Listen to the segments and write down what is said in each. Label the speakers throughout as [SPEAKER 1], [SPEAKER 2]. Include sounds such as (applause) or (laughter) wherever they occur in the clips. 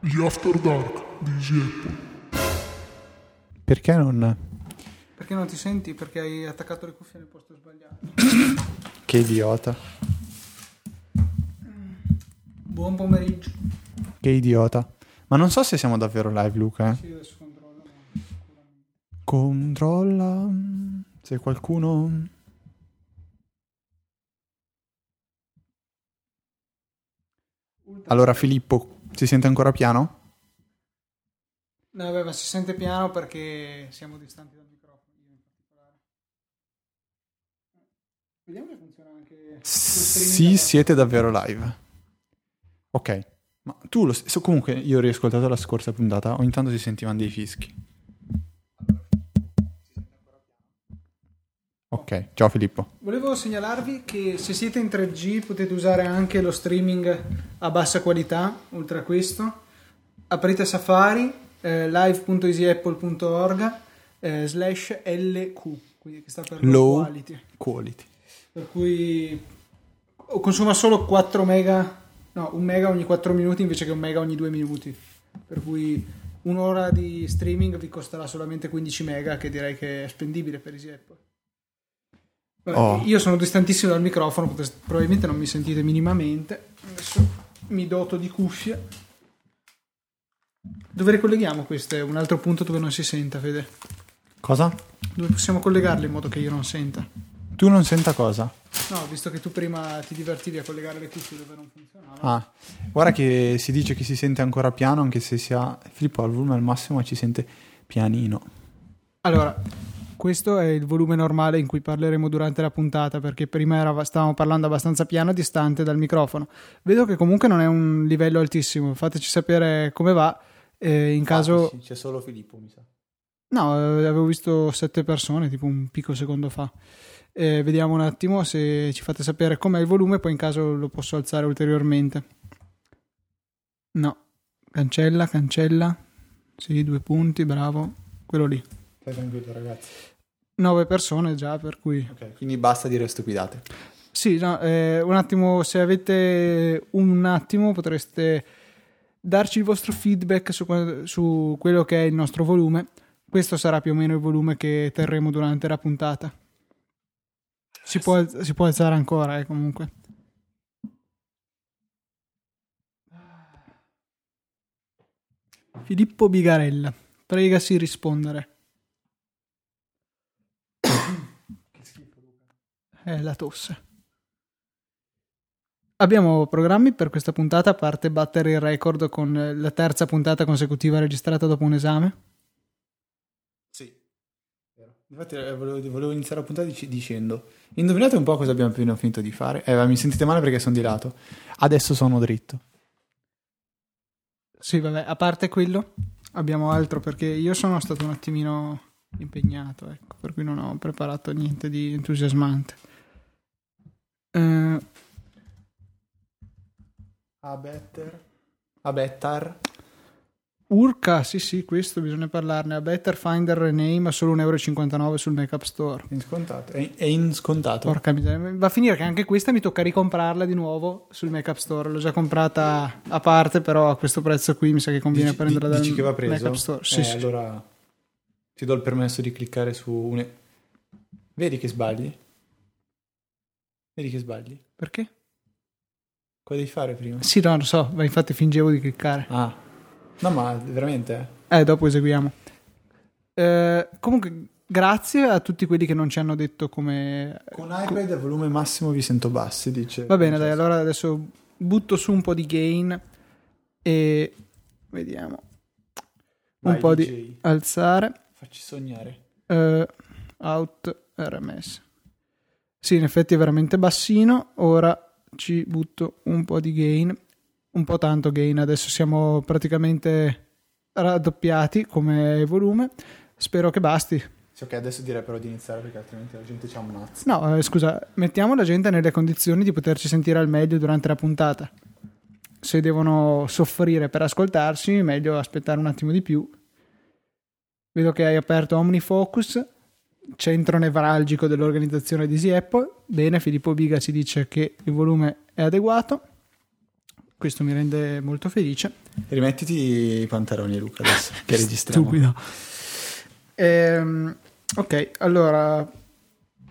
[SPEAKER 1] Gli After Dark di Easy Apple.
[SPEAKER 2] Perché non?
[SPEAKER 3] Perché non ti senti? Perché hai attaccato le cuffie nel posto sbagliato.
[SPEAKER 2] Che idiota.
[SPEAKER 3] Buon pomeriggio.
[SPEAKER 2] Che idiota. Ma non so se siamo davvero live, Luca. eh.
[SPEAKER 3] Sì, adesso controllo.
[SPEAKER 2] Controlla mm, se qualcuno. Allora, Filippo, si sente ancora piano?
[SPEAKER 3] No, vabbè, ma si sente piano perché siamo distanti dal microfono, io in particolare. Vediamo che funziona anche lo streaming
[SPEAKER 2] Sì,
[SPEAKER 3] da-
[SPEAKER 2] siete davvero live. Ok. Ma tu lo so, comunque io ho riascoltato la scorsa puntata, ogni tanto si sentivano dei fischi. Ok, ciao Filippo.
[SPEAKER 3] Volevo segnalarvi che se siete in 3G potete usare anche lo streaming a bassa qualità, oltre a questo. Aprite Safari, eh, live.easyapple.org eh, slash LQ, quindi che sta per low
[SPEAKER 2] Low
[SPEAKER 3] quality.
[SPEAKER 2] quality.
[SPEAKER 3] Per cui consuma solo 4 mega, no, 1 mega ogni 4 minuti invece che 1 mega ogni 2 minuti. Per cui un'ora di streaming vi costerà solamente 15 mega, che direi che è spendibile per Easy Apple. Vabbè,
[SPEAKER 2] Oh.
[SPEAKER 3] Io sono distantissimo dal microfono, potest- probabilmente non mi sentite minimamente. Adesso mi doto di cuffie. Dove ricolleghiamo queste? Un altro punto dove non si senta, Fede.
[SPEAKER 2] Cosa?
[SPEAKER 3] Dove possiamo collegarle in modo che io non senta?
[SPEAKER 2] Tu non senta cosa?
[SPEAKER 3] No, visto che tu prima ti divertivi a collegare le cuffie dove non funzionava.
[SPEAKER 2] Ah, guarda che si dice che si sente ancora piano, anche se sia Filippo al volume al massimo ci sente pianino.
[SPEAKER 3] Allora, questo è il volume normale in cui parleremo durante la puntata, perché prima era- stavamo parlando abbastanza piano, distante dal microfono. Vedo che comunque non è un livello altissimo, fateci sapere come va. eh, in caso...
[SPEAKER 2] Ah, c'è solo Filippo, mi sa.
[SPEAKER 3] No, eh, avevo visto sette persone, tipo un picco secondo fa. Eh, vediamo un attimo se ci fate sapere com'è il volume, poi in caso lo posso alzare ulteriormente. No, cancella, cancella. Sì, due punti, bravo. Quello lì.
[SPEAKER 2] Stai tranquillo, ragazzi.
[SPEAKER 3] Nove persone già, per cui...
[SPEAKER 2] Ok, quindi basta dire stupidate.
[SPEAKER 3] Sì, no, eh, un attimo, se avete un attimo potreste darci il vostro feedback su, que- su quello che è il nostro volume. Questo sarà più o meno il volume che terremo durante la puntata. Si può, alz- si può alzare ancora, eh, comunque. Filippo Bigarella, pregasi rispondere. (coughs) Eh, la tosse. Abbiamo programmi per questa puntata, a parte battere il record con eh, la terza puntata consecutiva registrata dopo un esame.
[SPEAKER 2] Sì. Infatti eh, volevo, volevo iniziare la puntata dic- dicendo, indovinate un po' cosa abbiamo appena finito di fare. Eh, ma mi sentite male perché sono di lato. Adesso sono dritto.
[SPEAKER 3] Sì, vabbè, a parte quello, abbiamo altro perché io sono stato un attimino impegnato, ecco, per cui non ho preparato niente di entusiasmante. Eh,
[SPEAKER 2] A better. A better.
[SPEAKER 3] Urca, sì sì, questo bisogna parlarne. A Better Finder Rename a solo 1,59 euro sul Mac App Store.
[SPEAKER 2] In scontato. È, è in scontato.
[SPEAKER 3] Porca miseria, va a finire che anche questa mi tocca ricomprarla di nuovo sul Mac App Store. L'ho già comprata a parte, però a questo prezzo qui mi sa che conviene
[SPEAKER 2] Dici-
[SPEAKER 3] prenderla
[SPEAKER 2] di-
[SPEAKER 3] dal
[SPEAKER 2] dici che va
[SPEAKER 3] Mac
[SPEAKER 2] preso?
[SPEAKER 3] App Store. Sì,
[SPEAKER 2] Eh,
[SPEAKER 3] sì.
[SPEAKER 2] allora ti do il permesso di cliccare su un... Vedi che sbagli? Vedi che sbagli?
[SPEAKER 3] Perché?
[SPEAKER 2] Cosa devi fare prima?
[SPEAKER 3] Sì, no, lo so, ma infatti fingevo di cliccare.
[SPEAKER 2] Ah. No, ma veramente? eh?
[SPEAKER 3] Eh, dopo eseguiamo. Eh, comunque, grazie a tutti quelli che non ci hanno detto come...
[SPEAKER 2] Con iPad a volume massimo vi sento bassi, dice.
[SPEAKER 3] Va bene, dai, allora adesso butto su un po' di gain e vediamo. Un
[SPEAKER 2] Vai,
[SPEAKER 3] po'
[SPEAKER 2] DJ.
[SPEAKER 3] di alzare.
[SPEAKER 2] Facci sognare.
[SPEAKER 3] Eh, out RMS. Sì, in effetti è veramente bassino. Ora ci butto un po' di gain, un po' tanto gain. Adesso siamo praticamente raddoppiati come volume. Spero che basti.
[SPEAKER 2] Sì, ok, adesso direi però di iniziare perché altrimenti la gente ci ammazza.
[SPEAKER 3] No, eh, scusa, mettiamo la gente nelle condizioni di poterci sentire al meglio durante la puntata. Se devono soffrire per ascoltarci, meglio aspettare un attimo di più. Vedo che hai aperto OmniFocus, centro nevralgico dell'organizzazione di Easy Apple. Bene, Filippo Biga ci dice che il volume è adeguato. Questo mi rende molto felice.
[SPEAKER 2] Rimettiti i pantaloni, Luca, adesso che registriamo.
[SPEAKER 3] Stupido. Ehm, ok, allora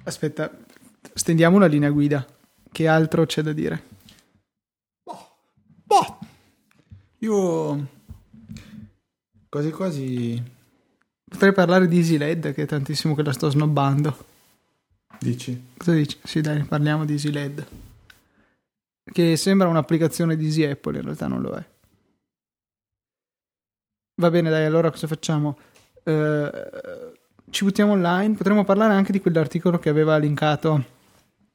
[SPEAKER 3] aspetta, stendiamo una linea guida. Che altro c'è da dire?
[SPEAKER 2] Boh! Io quasi quasi
[SPEAKER 3] Potrei parlare di Easy LED, che è tantissimo che la sto snobbando.
[SPEAKER 2] dici.
[SPEAKER 3] Cosa dici? Sì, dai, parliamo di Easy LED. Che sembra un'applicazione di Easy Apple, in realtà non lo è. Va bene, dai, allora cosa facciamo? Eh, ci buttiamo online. Potremmo parlare anche di quell'articolo che aveva linkato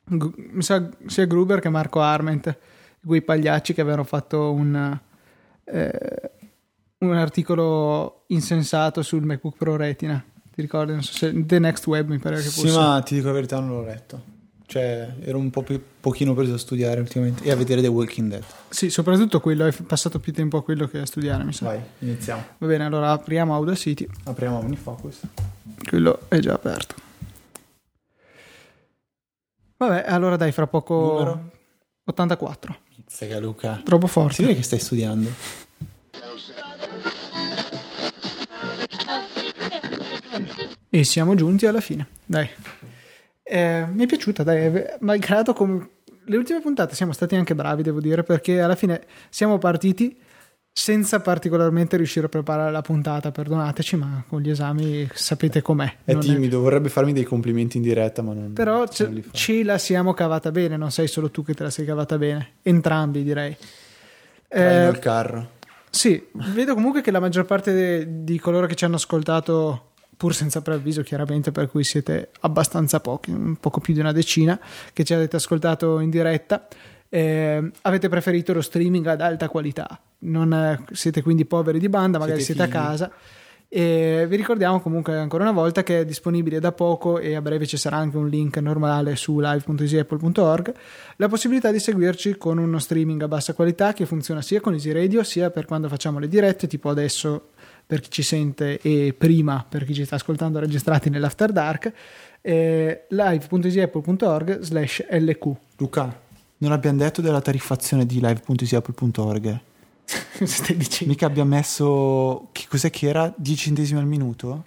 [SPEAKER 3] Gru- mi sa sia Gruber che Marco Arment, quei pagliacci che avevano fatto un, eh, un articolo insensato sul MacBook Pro Retina. Ti ricordi? Non so se The Next Web mi pare che fosse.
[SPEAKER 2] Sì, ma ti dico la verità, non l'ho letto. Cioè, ero un po' più- pochino preso a studiare ultimamente e a vedere The Walking Dead.
[SPEAKER 3] Sì, soprattutto quello, hai f- passato più tempo a quello che a studiare, mi sa.
[SPEAKER 2] Vai, iniziamo.
[SPEAKER 3] Va bene, allora apriamo Audacity,
[SPEAKER 2] Apriamo Unifocus.
[SPEAKER 3] quello è già aperto. Vabbè, allora dai, fra poco...
[SPEAKER 2] Numero?
[SPEAKER 3] 84.
[SPEAKER 2] Pizzica Luca.
[SPEAKER 3] Troppo forte.
[SPEAKER 2] Si vede che stai studiando.
[SPEAKER 3] E siamo giunti alla fine, dai. Eh, mi è piaciuta, dai, eh, malgrado come le ultime puntate siamo stati anche bravi, devo dire, perché alla fine siamo partiti senza particolarmente riuscire a preparare la puntata, perdonateci, ma con gli esami sapete com'è.
[SPEAKER 2] È
[SPEAKER 3] non è-
[SPEAKER 2] timido, vorrebbe farmi dei complimenti in diretta, ma non.
[SPEAKER 3] Però
[SPEAKER 2] non
[SPEAKER 3] ce,
[SPEAKER 2] li fa.
[SPEAKER 3] ce la siamo cavata bene, non sei solo tu che te la sei cavata bene, entrambi direi.
[SPEAKER 2] Traino
[SPEAKER 3] Eh,
[SPEAKER 2] il carro.
[SPEAKER 3] sì, vedo comunque che la maggior parte de- di coloro che ci hanno ascoltato, pur senza preavviso chiaramente, per cui siete abbastanza pochi, un poco più di una decina, che ci avete ascoltato in diretta, eh, avete preferito lo streaming ad alta qualità. Non eh, siete quindi poveri di banda, magari
[SPEAKER 2] Siete
[SPEAKER 3] siete, a
[SPEAKER 2] figli.
[SPEAKER 3] casa. E vi ricordiamo comunque ancora una volta che è disponibile da poco e a breve ci sarà anche un link normale su live.easyapple.org la possibilità di seguirci con uno streaming a bassa qualità che funziona sia con Easy Radio sia per quando facciamo le dirette, tipo adesso per chi ci sente e prima per chi ci sta ascoltando registrati nell'After Dark, eh, live.easyapple.org slash (laughs) lq.
[SPEAKER 2] Luca, non abbiamo detto della tariffazione di live.isiapple.org.
[SPEAKER 3] Stai dicendo?
[SPEAKER 2] Mica abbiamo messo. Che cos'è che era? 10 centesimi al minuto?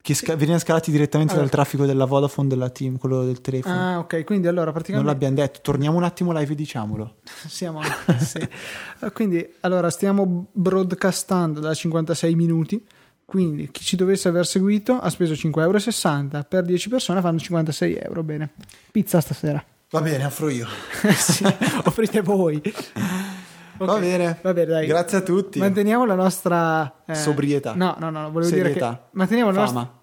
[SPEAKER 2] Che sca- venivano scalati direttamente
[SPEAKER 3] Allora.
[SPEAKER 2] dal traffico della Vodafone, della Team, quello del telefono.
[SPEAKER 3] Ah, ok, quindi allora
[SPEAKER 2] non
[SPEAKER 3] praticamente...
[SPEAKER 2] l'abbiamo detto. Torniamo un attimo live e diciamolo.
[SPEAKER 3] (laughs) Siamo, sì. Eh, Quindi, allora, stiamo broadcastando da 56 minuti. Quindi, chi ci dovesse aver seguito ha speso 5,60 euro. Per 10 persone fanno 56 euro. Bene. Pizza
[SPEAKER 2] (laughs)
[SPEAKER 3] stasera.
[SPEAKER 2] Va bene, offro io.
[SPEAKER 3] sì, offrite voi.
[SPEAKER 2] Va
[SPEAKER 3] Ok,
[SPEAKER 2] bene.
[SPEAKER 3] va bene, dai.
[SPEAKER 2] Grazie a tutti.
[SPEAKER 3] Manteniamo la nostra... eh,
[SPEAKER 2] Sobrietà.
[SPEAKER 3] No, no, no, volevo dire
[SPEAKER 2] Serietà.
[SPEAKER 3] che... Manteniamo Mm. la nostra...
[SPEAKER 2] Fama.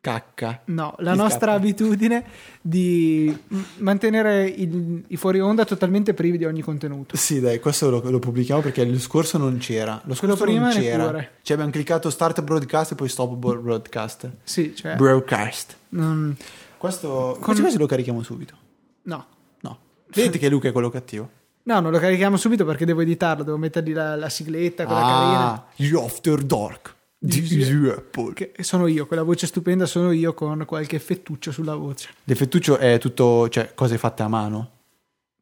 [SPEAKER 2] Cacca.
[SPEAKER 3] No, la
[SPEAKER 2] Mi
[SPEAKER 3] nostra
[SPEAKER 2] scappa.
[SPEAKER 3] abitudine di m- mantenere il- i fuori onda totalmente privi di ogni contenuto.
[SPEAKER 2] Sì, dai, questo lo, lo pubblichiamo perché lo scorso non c'era. Lo
[SPEAKER 3] Quello
[SPEAKER 2] scorso
[SPEAKER 3] prima
[SPEAKER 2] non c'era.
[SPEAKER 3] neppure.
[SPEAKER 2] Cioè, abbiamo cliccato start broadcast e poi stop bo- broadcast.
[SPEAKER 3] Sì, cioè...
[SPEAKER 2] Broadcast.
[SPEAKER 3] non-
[SPEAKER 2] Questo. Quasi quasi lo carichiamo subito.
[SPEAKER 3] no.
[SPEAKER 2] No. Vedete che Luca è quello cattivo.
[SPEAKER 3] No, non lo carichiamo subito perché devo editarlo, devo mettergli la, la sigletta, quella carina.
[SPEAKER 2] Ah, gli After Dark di
[SPEAKER 3] Di-
[SPEAKER 2] Easy Apple.
[SPEAKER 3] Che sono io, quella voce stupenda sono io con qualche effettuccio sulla voce.
[SPEAKER 2] L'effettuccio è tutto, cioè, cose fatte a mano.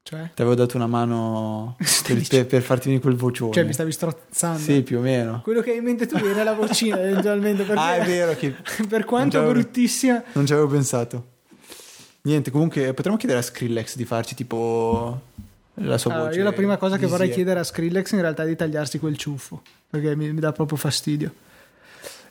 [SPEAKER 3] Cioè,
[SPEAKER 2] Ti avevo dato una mano
[SPEAKER 3] (laughs)
[SPEAKER 2] per,
[SPEAKER 3] Stai
[SPEAKER 2] per,
[SPEAKER 3] dicendo-
[SPEAKER 2] per farti venire quel vocione.
[SPEAKER 3] cioè mi stavi strozzando.
[SPEAKER 2] Sì, più o meno.
[SPEAKER 3] Quello che hai in mente tu era la
[SPEAKER 2] (laughs)
[SPEAKER 3] vocina eventualmente. Perché,
[SPEAKER 2] Ah, è vero che
[SPEAKER 3] (laughs) per
[SPEAKER 2] Non ci
[SPEAKER 3] quanto
[SPEAKER 2] avevo-
[SPEAKER 3] bruttissima.
[SPEAKER 2] Non ci avevo pensato. Niente, comunque potremmo chiedere a Skrillex di farci tipo la sua
[SPEAKER 3] Allora,
[SPEAKER 2] voce.
[SPEAKER 3] io la prima cosa che
[SPEAKER 2] di
[SPEAKER 3] vorrei
[SPEAKER 2] Sia.
[SPEAKER 3] chiedere a Skrillex in realtà è di tagliarsi quel ciuffo, perché mi, mi dà proprio fastidio.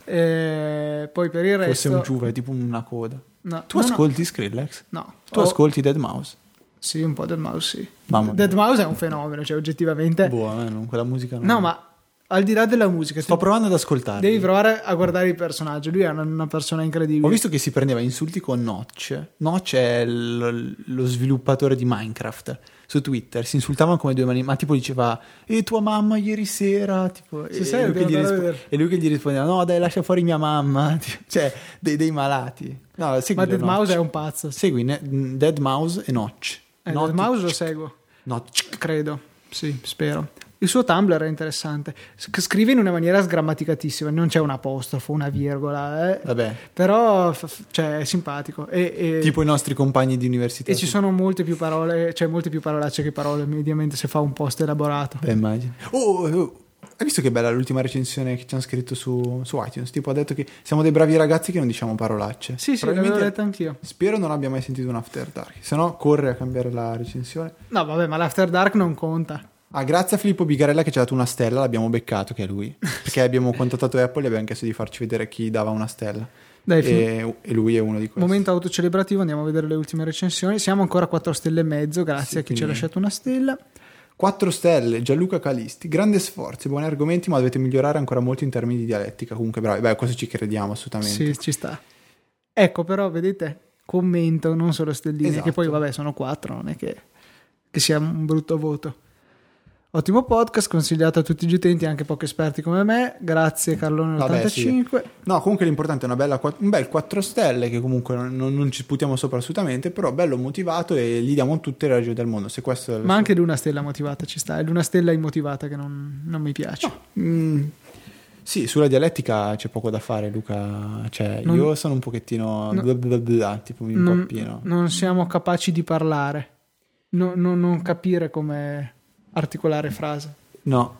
[SPEAKER 3] E poi per il
[SPEAKER 2] Forse
[SPEAKER 3] resto...
[SPEAKER 2] è un giuve, tipo una coda.
[SPEAKER 3] No,
[SPEAKER 2] Tu
[SPEAKER 3] no, Oh. no.
[SPEAKER 2] ascolti Skrillex?
[SPEAKER 3] No.
[SPEAKER 2] Tu
[SPEAKER 3] Ho-
[SPEAKER 2] ascolti Dead Mouse?
[SPEAKER 3] Sì, un po' Dead Mouse, sì.
[SPEAKER 2] Mamma mia.
[SPEAKER 3] Dead Mouse è un fenomeno, cioè oggettivamente...
[SPEAKER 2] Boh, a me non, quella musica non...
[SPEAKER 3] No, ma al di là della musica,
[SPEAKER 2] Sto
[SPEAKER 3] tu
[SPEAKER 2] provando ad ascoltarli.
[SPEAKER 3] devi provare a guardare il personaggio. Lui è una, una persona incredibile.
[SPEAKER 2] Ho visto che si prendeva insulti con Notch. Notch è l- lo sviluppatore di Minecraft. Su Twitter si insultavano come due mani, ma tipo diceva "E tua mamma ieri sera", tipo
[SPEAKER 3] Sì,
[SPEAKER 2] e,
[SPEAKER 3] sai,
[SPEAKER 2] lui che
[SPEAKER 3] devo
[SPEAKER 2] gli
[SPEAKER 3] andare a
[SPEAKER 2] rispo-
[SPEAKER 3] vedere.
[SPEAKER 2] e lui che gli rispondeva "No, dai, lascia fuori mia mamma", (laughs) tipo, cioè dei, dei malati. No,
[SPEAKER 3] ma
[SPEAKER 2] seguilo,
[SPEAKER 3] Dead
[SPEAKER 2] Notch.
[SPEAKER 3] Mouse è un pazzo.
[SPEAKER 2] Segui ne- Dead Mouse e Notch.
[SPEAKER 3] Eh,
[SPEAKER 2] Notch-
[SPEAKER 3] Dead Mouse lo seguo,
[SPEAKER 2] Notch.
[SPEAKER 3] credo. Sì, spero. Il suo Tumblr è interessante. S- scrive in una maniera sgrammaticatissima, non c'è un apostrofo, una virgola, eh.
[SPEAKER 2] Vabbè,
[SPEAKER 3] però f- f- cioè, è simpatico. E, e-
[SPEAKER 2] tipo i nostri compagni di università.
[SPEAKER 3] e ci sono molte più parole, cioè molte più parolacce che parole, mediamente se fa un post elaborato.
[SPEAKER 2] Beh, immagino. Oh, oh, hai visto che bella l'ultima recensione che ci hanno scritto su, su iTunes? Tipo, ha detto che siamo dei bravi ragazzi che non diciamo parolacce.
[SPEAKER 3] Sì, sì, l'avevo
[SPEAKER 2] Probabilmente-
[SPEAKER 3] letta anch'io.
[SPEAKER 2] Spero non abbia mai sentito un After Dark, se no corre a cambiare la recensione.
[SPEAKER 3] No, vabbè, ma l'After Dark non conta.
[SPEAKER 2] Ah, grazie a Filippo Bigarella che ci ha dato una stella, l'abbiamo beccato, che è lui. Perché abbiamo contattato Apple e abbiamo chiesto di farci vedere chi dava una stella.
[SPEAKER 3] Dai, Filippo.
[SPEAKER 2] e, e lui è uno di questi.
[SPEAKER 3] Momento autocelebrativo, andiamo a vedere le ultime recensioni. Siamo ancora a 4 stelle e mezzo, grazie
[SPEAKER 2] Sì,
[SPEAKER 3] a chi ci ha
[SPEAKER 2] quindi-
[SPEAKER 3] lasciato una stella.
[SPEAKER 2] 4 stelle, Gianluca Calisti, grande sforzo, buoni argomenti, ma dovete migliorare ancora molto in termini di dialettica. Comunque, bravi, beh, questo ci crediamo assolutamente.
[SPEAKER 3] Sì, ci sta. Ecco, però, vedete, commento, non solo stelline,
[SPEAKER 2] Esatto.
[SPEAKER 3] che poi, vabbè, sono 4, non è che, che sia un brutto voto. Ottimo podcast, consigliato a tutti gli utenti, anche pochi esperti come me. Grazie
[SPEAKER 2] Vabbè, sì.
[SPEAKER 3] Carlone85.
[SPEAKER 2] No, comunque l'importante è una bella, quat- un bel 4 stelle che comunque non, non- non ci sputiamo sopra assolutamente, però bello motivato e gli diamo tutte le ragioni del mondo. Se questo è il
[SPEAKER 3] Ma anche l'una stella motivata ci sta, è l'una stella immotivata che non, non mi piace.
[SPEAKER 2] Mm, sì, sulla dialettica c'è poco da fare, Luca. Cioè,
[SPEAKER 3] Non-
[SPEAKER 2] io sono un pochettino
[SPEAKER 3] No. Mm.
[SPEAKER 2] bla bla bla, tipo mi
[SPEAKER 3] non,
[SPEAKER 2] impappino.
[SPEAKER 3] non siamo capaci di parlare, No- no- non capire come articolare frase.
[SPEAKER 2] No.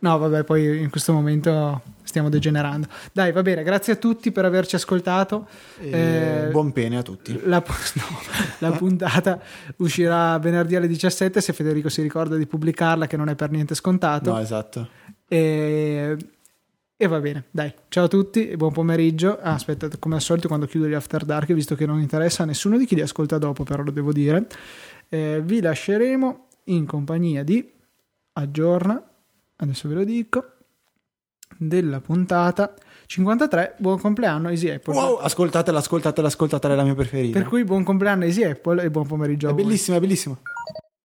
[SPEAKER 3] No, vabbè, poi in questo momento stiamo degenerando. Dai, va bene, grazie a tutti per averci ascoltato.
[SPEAKER 2] Eh,
[SPEAKER 3] Eh,
[SPEAKER 2] Buon pene a tutti.
[SPEAKER 3] la, pu- (laughs) no, la puntata uscirà venerdì alle 17 se Federico si ricorda di pubblicarla, che non è per niente scontato.
[SPEAKER 2] No, esatto.
[SPEAKER 3] E, e va bene, dai. Ciao a tutti e buon pomeriggio. Ah, aspetta, come al solito, quando chiudo gli after dark, visto che non interessa a nessuno di chi li ascolta dopo, però lo devo dire, eh, vi lasceremo in compagnia di Aggiorna. Adesso ve lo dico. Della puntata 53. Buon compleanno, Easy Apple.
[SPEAKER 2] Wow, ascoltatela, ascoltatela, ascoltatela, è la mia preferita.
[SPEAKER 3] Per cui, buon compleanno, Easy Apple, e buon pomeriggio a
[SPEAKER 2] È
[SPEAKER 3] voi.
[SPEAKER 2] bellissima, è bellissima.